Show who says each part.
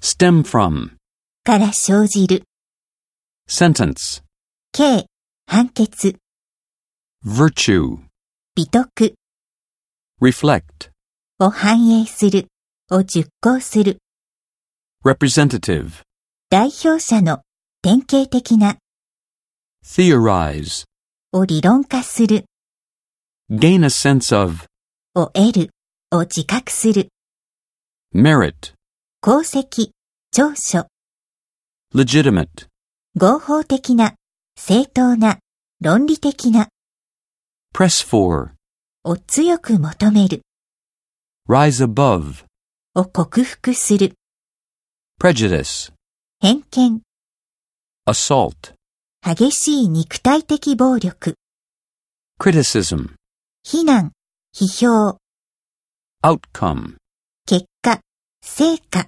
Speaker 1: stem from,
Speaker 2: から生じる、
Speaker 1: sentence,
Speaker 2: 刑、判決、
Speaker 1: virtue,
Speaker 2: 美徳
Speaker 1: reflect,
Speaker 2: を反映する、を実行する、
Speaker 1: representative,
Speaker 2: 代表者の典型的な
Speaker 1: theorize,
Speaker 2: を理論化する、
Speaker 1: gain a sense of,
Speaker 2: を得る、を自覚する、
Speaker 1: merit,
Speaker 2: 功績、長所、
Speaker 1: legitimate,
Speaker 2: 合法的な、正当な、論理的な
Speaker 1: press for,
Speaker 2: を強く求める、
Speaker 1: rise above,
Speaker 2: を克服する、
Speaker 1: prejudice,
Speaker 2: 偏見、
Speaker 1: assault,
Speaker 2: 激しい肉体的暴力、
Speaker 1: criticism,
Speaker 2: 非難、批評、
Speaker 1: outcome.
Speaker 2: 結果、成果。